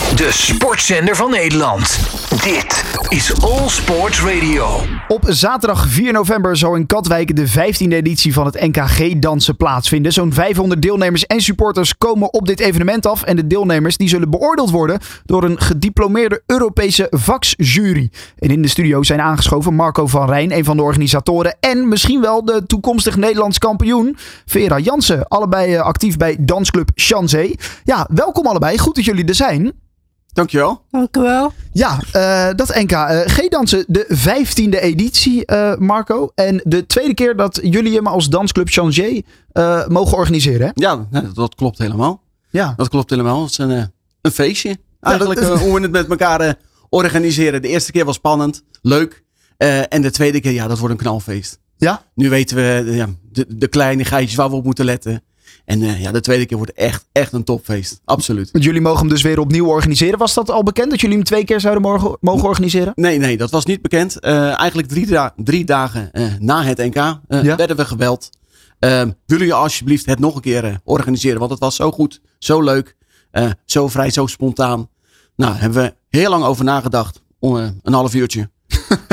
De sportzender van Nederland. Dit is All Sports Radio. Op zaterdag 4 november zal in Katwijk de 15e editie van het NKG dansen plaatsvinden. Zo'n 500 deelnemers en supporters komen op dit evenement af. En de deelnemers die zullen beoordeeld worden door een gediplomeerde Europese vaksjury. En in de studio zijn aangeschoven Marco van Rijn, een van de organisatoren. En misschien wel de toekomstig Nederlands kampioen Vera Jansen. Allebei eh, actief bij dansclub Chansé. Ja, welkom allebei. Goed dat jullie er zijn. Dankjewel. Dank u wel. Ja, eh, dat NK. eh, G-dansen, de 15e editie, eh, Marco. En de tweede keer dat jullie hem als dansclub Changé eh, mogen organiseren. Hè? Ja, nou, dat, dat klopt helemaal. Ja. Dat klopt helemaal. Het is een, eh, een feestje. Eigenlijk dat- eh, hoe we het met elkaar eh, organiseren. De eerste keer was spannend, leuk. Eh, en de tweede keer, ja, dat wordt een knalfeest. Ja? Nu weten we eh, ja, de, de kleine geitjes waar we op moeten letten. En eh, ja, de tweede keer wordt echt, echt een topfeest. Absoluut. Want jullie mogen hem dus weer opnieuw organiseren. Was dat al bekend dat jullie hem twee keer zouden mogen, mogen organiseren? Nee, nee, dat was niet bekend. Eh, eigenlijk drie, da- drie dagen eh, na het NK eh, Ja. werden we gebeld. Ehm willen jullie alsjeblieft het nog een keer eh, organiseren? Want het was zo goed, zo leuk, eh, zo vrij, zo spontaan. Nou, hebben we heel lang over nagedacht. Om, eh, een half uurtje.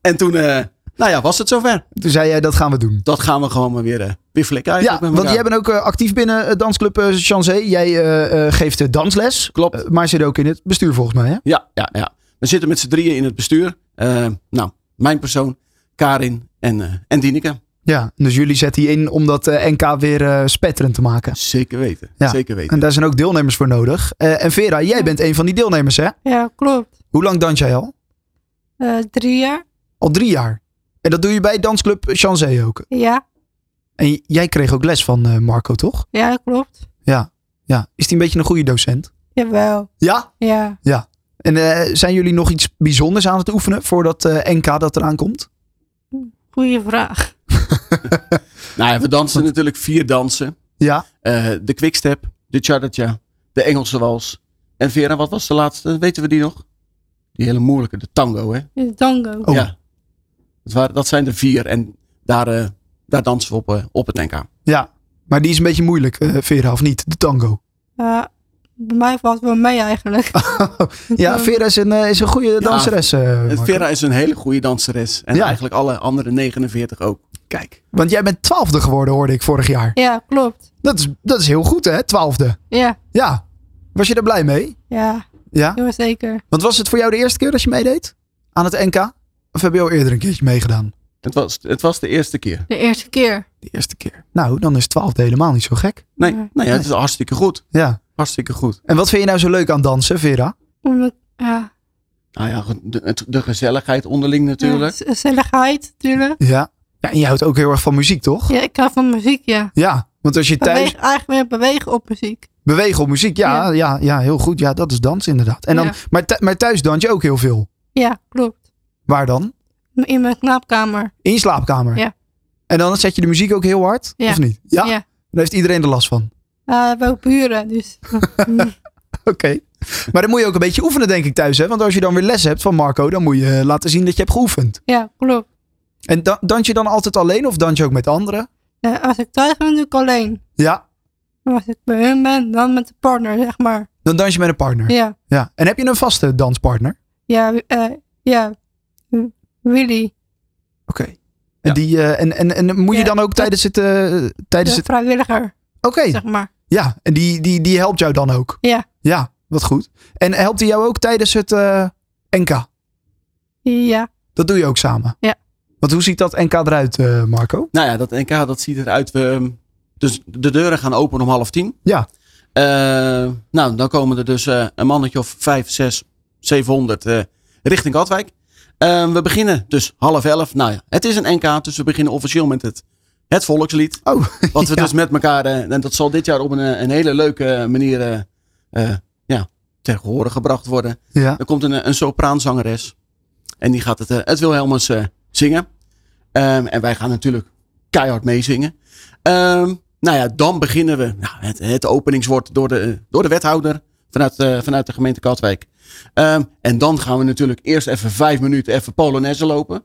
en toen, eh, nou ja, was het zover. Toen zei jij, dat gaan we doen. Dat gaan we gewoon maar weer, eh, weer flikken Ja, eigenlijk. met want elkaar. jij bent ook eh, actief binnen eh, dansclub eh, Chansé. Jij eh, eh, geeft eh, dansles. Klopt. Eh, maar zit ook in het bestuur volgens mij. Hè? Ja, ja, ja. We zitten met z'n drieën in het bestuur. Eh, nou, mijn persoon, Karin en, eh, en Dineke. Ja, dus jullie zetten die in om dat eh, NK weer eh, spetterend te maken. Zeker weten, Ja. zeker weten. En daar zijn ook deelnemers voor nodig. Eh, en Vera, jij bent een van die deelnemers, hè? Ja, klopt. Hoe lang dans jij al? Eh, drie jaar. Al drie jaar. En dat doe je bij dansclub Chansé ook. Ja, En j- jij kreeg ook les van eh, Marco, toch? ja, klopt. Ja. Is die een beetje een goede docent? Jawel. Ja. Ja. En eh, zijn jullie nog iets bijzonders aan het oefenen voordat eh, NK dat eraan komt? Goeie vraag. Nou ja, we dansen natuurlijk vier dansen. Ja. Eh, de quickstep, de cha-cha, de Engelse wals. En Vera, wat was de laatste? Weten we die nog? Die hele moeilijke, de tango, hè? Is Dango. Oh. Ja. Dat, waren, dat zijn er vier en daar, eh, daar dansen we op, eh, op het NK. Ja. Maar die is een beetje moeilijk, eh, Vera, of niet? De tango. Eh, bij mij valt wel mee eigenlijk. Ja, Vera is een, eh, is een goede danseres. eh, En Marco. Vera is een hele goede danseres. En Ja. eigenlijk alle andere 49 ook. Kijk. Want jij bent twaalfde geworden, hoorde ik vorig jaar. Ja, klopt. Dat is, dat is heel goed, hè? Twaalfde. Ja, Ja. Was je daar blij mee? ja, Ja. heel zeker. Want was het voor jou de eerste keer dat je meedeed aan het NK? Of heb je al eerder een keertje meegedaan? Het was, het was de eerste keer. De eerste keer. De eerste keer. Nou, dan is 12 helemaal niet zo gek. Nee, Nee. nou ja, het is hartstikke goed. Ja. Hartstikke goed. En wat vind je nou zo leuk aan dansen, Vera? Om ik- ja, Nou ja, de, het- de gezelligheid onderling natuurlijk. ja, Gezelligheid, natuurlijk. Ja. ja. En je houdt ook heel erg van muziek, toch? Ja, ik hou van muziek, ja. Ja, want als je thuis Beweeg, eigenlijk meer bewegen op muziek. beweegt op muziek, ja, ja. Ja, heel goed. Ja, dat is dans inderdaad. En dan, Ja. maar, thu- maar thuis dans je ook heel veel. Ja, klopt. Waar dan? In mijn knaapkamer. In je slaapkamer. Ja. En dan zet je de muziek ook heel hard, Ja. of niet? Ja. Ja. Daar heeft iedereen er last van. Eh, we ook buren, dus. Mm, Oké. Maar dan moet je ook een beetje oefenen, denk ik, thuis. Hè? Want als je dan weer les hebt van Marco, dan moet je eh, laten zien dat je hebt geoefend. ja, klopt. En dan dans je dan altijd alleen of dans je ook met anderen? Eh, als ik thuis ben, doe ik alleen. Ja. Maar als ik bij hun ben, dan met de partner, zeg maar. Dan dans je met een partner. Ja, Ja, en heb je een vaste danspartner? ja, eh, ja. Hm, Willy, Oké. Ja. En, die, eh, en, en, en moet je Ja, dan ook tijdens het... eh, de tijdens het... vrijwilliger, Oké, zeg maar. ja. En die, die, die helpt jou dan ook? Ja. Ja, wat goed. En helpt hij jou ook tijdens het eh, NK? Ja, Dat doe je ook samen? Ja. Want hoe ziet dat NK eruit, eh, Marco? Nou ja, dat NK dat ziet eruit. We, ehm, dus de deuren gaan open om half tien. Ja. Eh, nou, dan komen er dus eh, een mannetje of vijf, zes, zevenhonderd eh, richting Katwijk. Eh, we beginnen dus half elf. Nou ja, het is een NK, dus we beginnen officieel met het, het volkslied. Oh, Wat we ja. dus met elkaar, eh, en dat zal dit jaar op een, eh, een hele leuke manier eh, eh, ja, ter horen gebracht worden. Ja. Er komt een, een sopraanzangeres. En die gaat het, eh, het Wilhelmus eh, zingen. Ehm, en wij gaan natuurlijk keihard meezingen. Ehm, nou ja, dan beginnen we. Nou, het, het openingswoord door de, eh, door de wethouder vanuit, eh, vanuit de gemeente Katwijk. Ehm, en dan gaan we natuurlijk eerst even vijf minuten even Polonaise lopen.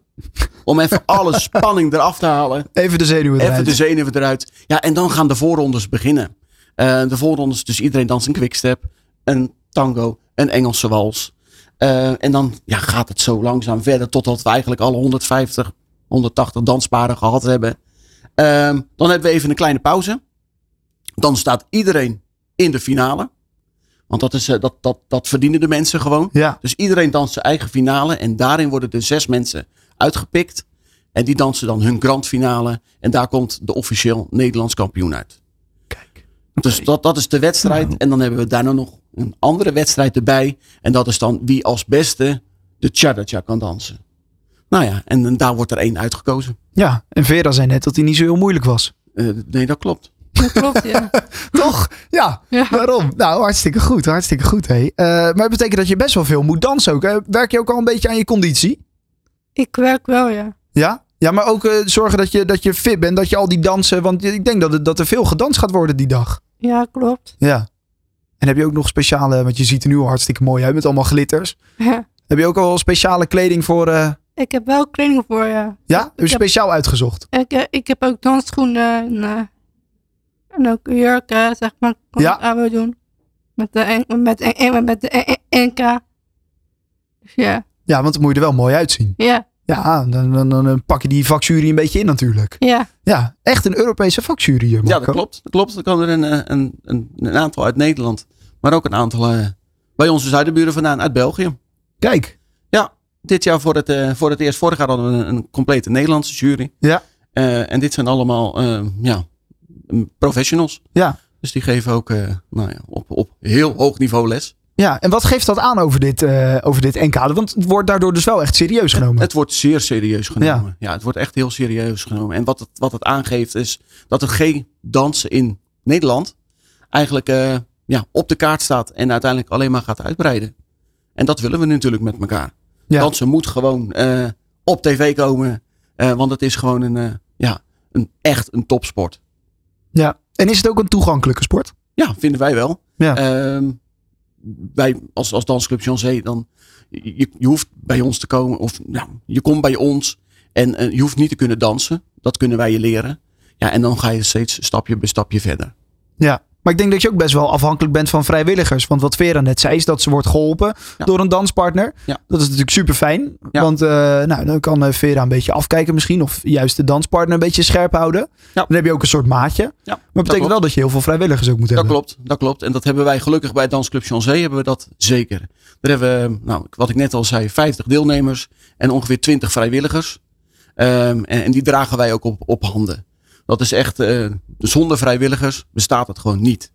Om even alle spanning eraf te halen. Even de zenuwen eruit. Even de zenuwen eruit. Ja, en dan gaan de voorrondes beginnen. Eh, de voorrondes, dus iedereen danst een quickstep, een tango, een Engelse wals. Eh, en dan ja, gaat het zo langzaam verder totdat we eigenlijk alle 150, 180 dansparen gehad hebben. Ehm, dan hebben we even een kleine pauze. Dan staat iedereen in de finale. Want dat, is, eh, dat, dat, dat verdienen de mensen gewoon. Ja. Dus iedereen danst zijn eigen finale. En daarin worden er zes mensen uitgepikt. En die dansen dan hun grand finale. En daar komt de officieel Nederlands kampioen uit. Kijk. Dus dat, dat is de wedstrijd. En dan hebben we daarna nog een andere wedstrijd erbij. En dat is dan wie als beste de cha-cha kan dansen. Nou ja, en, dan daar wordt er één uitgekozen. Ja, en Vera zei net dat hij niet zo heel moeilijk was. Eh, nee, dat klopt. Dat klopt, ja. Toch? Ja, Ja. waarom? Nou, hartstikke goed, hartstikke goed. Hé. Eh, maar het betekent dat je best wel veel moet dansen ook. Hè? Werk je ook al een beetje aan je conditie? Ik werk wel, ja. Ja? Ja, maar ook eh, zorgen dat je, dat je fit bent, dat je al die dansen... Want ik denk dat, het, dat er veel gedanst gaat worden die dag. Ja, klopt. Ja. En heb je ook nog speciale... Want je ziet er nu al hartstikke mooi uit met allemaal glitters. Ja. Heb je ook al speciale kleding voor... eh, Ik heb wel kleding voor, ja. ja? Heb je Ik heb- speciaal uitgezocht? Ik, eh, ik heb ook dansschoenen en, eh, en ook jurken, zeg maar. Kon Ja. ik aan wil doen. Met de, en- met, en- met de en- en- NK. Dus ja, Ja, want dan moet je er wel mooi uitzien. ja, Ja, dan, dan, dan, dan pak je die vakjury een beetje in natuurlijk. ja. Ja, echt een Europese vakjury. eh, Marco. Ja, dat klopt. Dat klopt. Er kan er een, eh, een, een, een aantal uit Nederland. Maar ook een aantal eh, bij onze zuidenburen vandaan uit België. Kijk, dit jaar voor het, eh, voor het eerst. Vorig jaar hadden we een, een complete Nederlandse jury. Ja. Eh, en dit zijn allemaal eh, ja, m- professionals. Ja. Dus die geven ook eh, nou ja, op, op heel hoog niveau les. ja, en wat geeft dat aan over dit, eh, over dit NK? Want het wordt daardoor dus wel echt serieus genomen. Het wordt zeer serieus genomen. Ja, het wordt echt heel serieus genomen. En wat het, wat het aangeeft is dat er geen dansen in Nederland eigenlijk eh, ja, op de kaart staat. En uiteindelijk alleen maar gaat uitbreiden. En dat willen we natuurlijk met elkaar. Ja. Dansen moet gewoon eh, op tv komen. eh, want het is gewoon een, eh, ja, een, echt een topsport. ja. En is het ook een toegankelijke sport? Ja, vinden wij wel. Ja. Ehm, wij als, als dansclub Chancé, dan je, je hoeft bij ons te komen of nou, je komt bij ons en eh, je hoeft niet te kunnen dansen. Dat kunnen wij je leren. Ja, en dan ga je steeds stapje bij stapje verder. Ja. Maar ik denk dat je ook best wel afhankelijk bent van vrijwilligers. Want wat Vera net zei, is dat ze wordt geholpen Ja. door een danspartner. Ja. Dat is natuurlijk super fijn. Ja. Want eh, nou, dan kan eh, Vera een beetje afkijken misschien. Of juist de danspartner een beetje scherp houden. Ja. Dan heb je ook een soort maatje. Maar Ja, dat betekent wel dat je heel veel vrijwilligers ook moet Dat hebben. klopt, dat klopt. En dat hebben wij gelukkig bij Dansclub Chancé hebben we dat zeker. Daar hebben we, nou, wat ik net al zei, 50 deelnemers en ongeveer 20 vrijwilligers. Ehm, en, en die dragen wij ook op, op handen. Dat is echt, eh, zonder vrijwilligers bestaat het gewoon niet.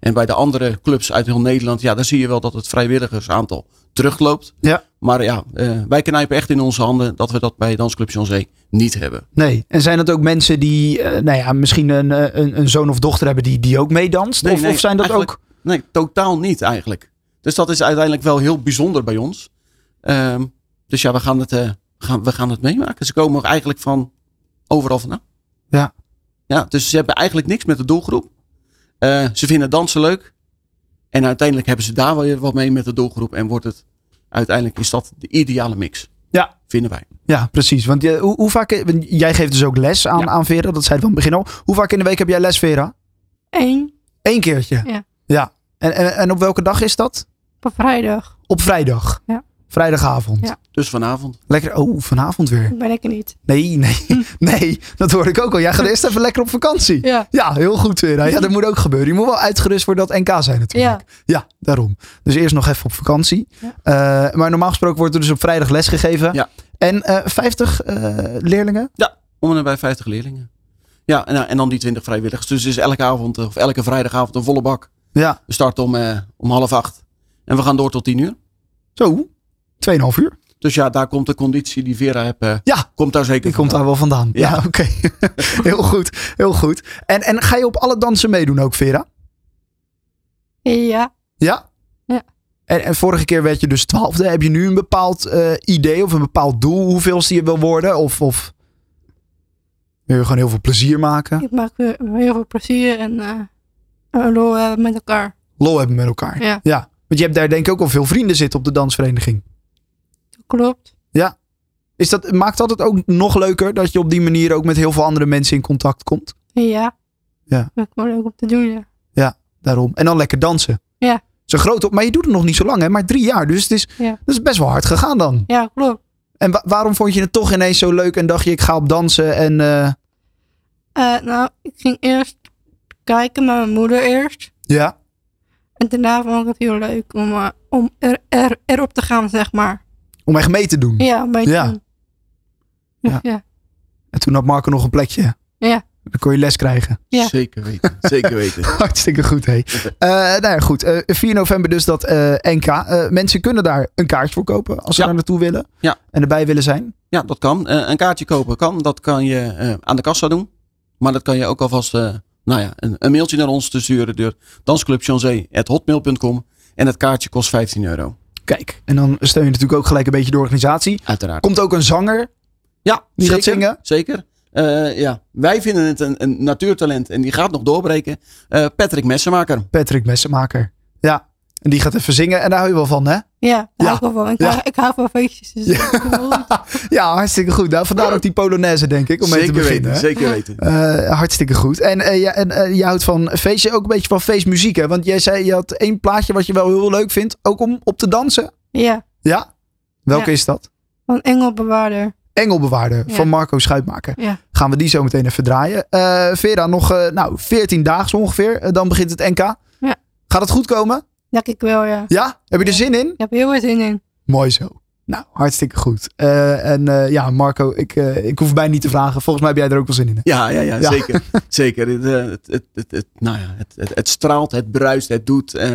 En bij de andere clubs uit heel Nederland, ja, daar zie je wel dat het vrijwilligersaantal terugloopt. Ja. Maar ja, eh, wij knijpen echt in onze handen dat we dat bij Dansclub Chancé niet hebben. Nee. En zijn dat ook mensen die eh, nou ja, misschien een, eh, een, een zoon of dochter hebben die, die ook meedanst? Nee, of, nee, of zijn dat eigenlijk- ook... Nee, totaal niet eigenlijk. Dus dat is uiteindelijk wel heel bijzonder bij ons. Ehm, dus ja, we gaan, het, eh, gaan, we gaan het meemaken. Ze komen ook eigenlijk van overal vandaan. Ja. ja. Dus ze hebben eigenlijk niks met de doelgroep. Eh, ze vinden dansen leuk. En uiteindelijk hebben ze daar weer wat mee met de doelgroep. En wordt het, uiteindelijk is dat de ideale mix. Ja. Vinden wij. Ja, precies. Want je, hoe, hoe vaak, want jij geeft dus ook les aan, Ja. aan Vera, dat zei het van het begin al. Hoe vaak in de week heb jij les, Vera? Eén Eén keertje. Ja. ja. En, en, en op welke dag is dat? op vrijdag. Op vrijdag. Ja. Vrijdagavond. Ja. Dus vanavond. Lekker, oh, vanavond weer. Ben ik er niet. Nee, nee, Hm. nee, dat hoor ik ook al. Jij gaat eerst even lekker op vakantie. Ja. Ja, heel goed Vera. Ja, dat moet ook gebeuren. Je moet wel uitgerust voor dat NK zijn natuurlijk. Ja, daarom. Dus eerst nog even op vakantie. Eh, maar normaal gesproken wordt er dus op vrijdag les gegeven. Ja. En eh 50 eh, leerlingen? Om en nabij 50 leerlingen. Ja, en, en dan die 20 vrijwilligers. Dus het is elke avond eh, of elke vrijdagavond een volle bak. Ja. We starten om, eh, om half acht. En we gaan door tot tien uur. Zo, 2,5 uur. Dus ja, daar komt de conditie die Vera hebt. eh, Ja. Komt daar zeker Die komt vandaan. daar wel vandaan. Ja, Ja. oké. heel goed, heel goed. En, en ga je op alle dansen meedoen ook, Vera? Ja. Ja? Ja. En, en vorige keer werd je dus twaalfde. Heb je nu een bepaald eh, idee of een bepaald doel hoeveelste je wil worden? Of, of wil je gewoon heel veel plezier maken? Ik maak weer heel veel plezier en eh een lol hebben met elkaar. Lol hebben met elkaar. Ja. Want je hebt daar denk ik ook al veel vrienden zitten op de dansvereniging. Dat klopt. Is dat, maakt dat het ook nog leuker dat je op die manier ook met heel veel andere mensen in contact komt? Ja. Ja. Dat is wel leuk om te doen, ja. Daarom. En dan lekker dansen. Ja. Het is een grote op, maar je doet het nog niet zo lang, hè? maar drie jaar. Dus het is, Ja. dat is best wel hard gegaan dan. Ja, klopt. En wa- waarom vond je het toch ineens zo leuk en dacht je, ik ga op dansen en... eh, Eh, nou, ik ging eerst kijken met mijn moeder eerst. ja. En daarna vond ik het heel leuk om, eh, om er, er, erop te gaan, zeg maar. Om echt mee te doen. Ja, een beetje. Ja. Ja. Ja. Ja. En toen had Marco nog een plekje. Ja. Dan kon je les krijgen. Ja. Zeker weten. Zeker weten. Hartstikke goed, hé. Eh, nou ja, goed. Eh, 4 november dus dat eh, NK. Eh, mensen kunnen daar een kaartje voor kopen als ze Ja. daar naartoe willen. Ja. En erbij willen zijn. Ja, dat kan. Eh, een kaartje kopen kan. Dat kan je eh, aan de kassa doen. Maar dat kan je ook alvast eh, nou ja, een, een mailtje naar ons te sturen door dansclubchancé.hotmail.com. En het kaartje kost 15 euro. Kijk. En dan steun je natuurlijk ook gelijk een beetje de organisatie. Uiteraard. Komt ook een zanger. ja, Die gaat zeker, zingen? Zeker. Eh, ja. Wij vinden het een, een natuurtalent en die gaat nog doorbreken. Eh, Patrick Messenmaker. Patrick Messenmaker. Ja. En die gaat even zingen. En daar hou je wel van, hè? daar Ja. hou ik wel van. Ik, Ja. hou, ik hou van feestjes. Dus dat is wel leuk. Ja, hartstikke goed. Nou, vandaar ook die Polonaise, denk ik. Om mee zeker te beginnen. weten. hè? Zeker weten. Eh, hartstikke goed. En, eh, ja, en eh, je houdt van feestje, ook een beetje van feestmuziek, hè? Want jij zei, je had één plaatje wat je wel heel leuk vindt. Ook om op te dansen. ja, Ja. Welke Ja. is dat? van Engelbewaarder. Engelbewaarder Ja. van Marco Schuitmaker. Ja. Gaan we die zo meteen even draaien. Eh, Vera, nog eh, nou, 14 dagen zo ongeveer. eh, dan begint het NK. Ja. Gaat het goed komen? Denk ik wel, ja. Ja? Heb je er zin in? Ik heb er heel veel zin in. Mooi zo. Nou, hartstikke goed. Eh, en eh, ja, Marco, ik, eh, ik hoef bijna niet te vragen. Volgens mij heb jij er ook wel zin in. hè? Ja, ja, ja, Ja. zeker. zeker. Het, eh, het, het, het, het- nou ja, het, het, het straalt, het bruist, het doet. eh,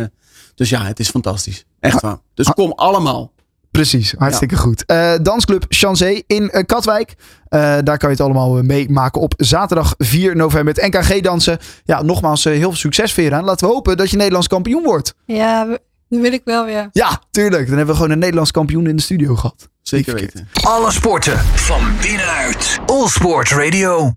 dus ja, het is fantastisch. Echt waar. Ah. Dus kom allemaal. Precies, hartstikke goed. Eh, Dansclub Chancé in eh, Katwijk. Eh, daar kan je het allemaal eh, meemaken op zaterdag 4 november. Het NKG dansen. Ja, nogmaals, eh, heel veel succes Vera. Laten we hopen dat je Nederlands kampioen wordt. Ja, we- dat wil ik wel, ja. Ja, tuurlijk. Dan hebben we gewoon een Nederlands kampioen in de studio gehad. Zeker verkeerd. weten. Alle sporten van binnenuit. All Sport Radio.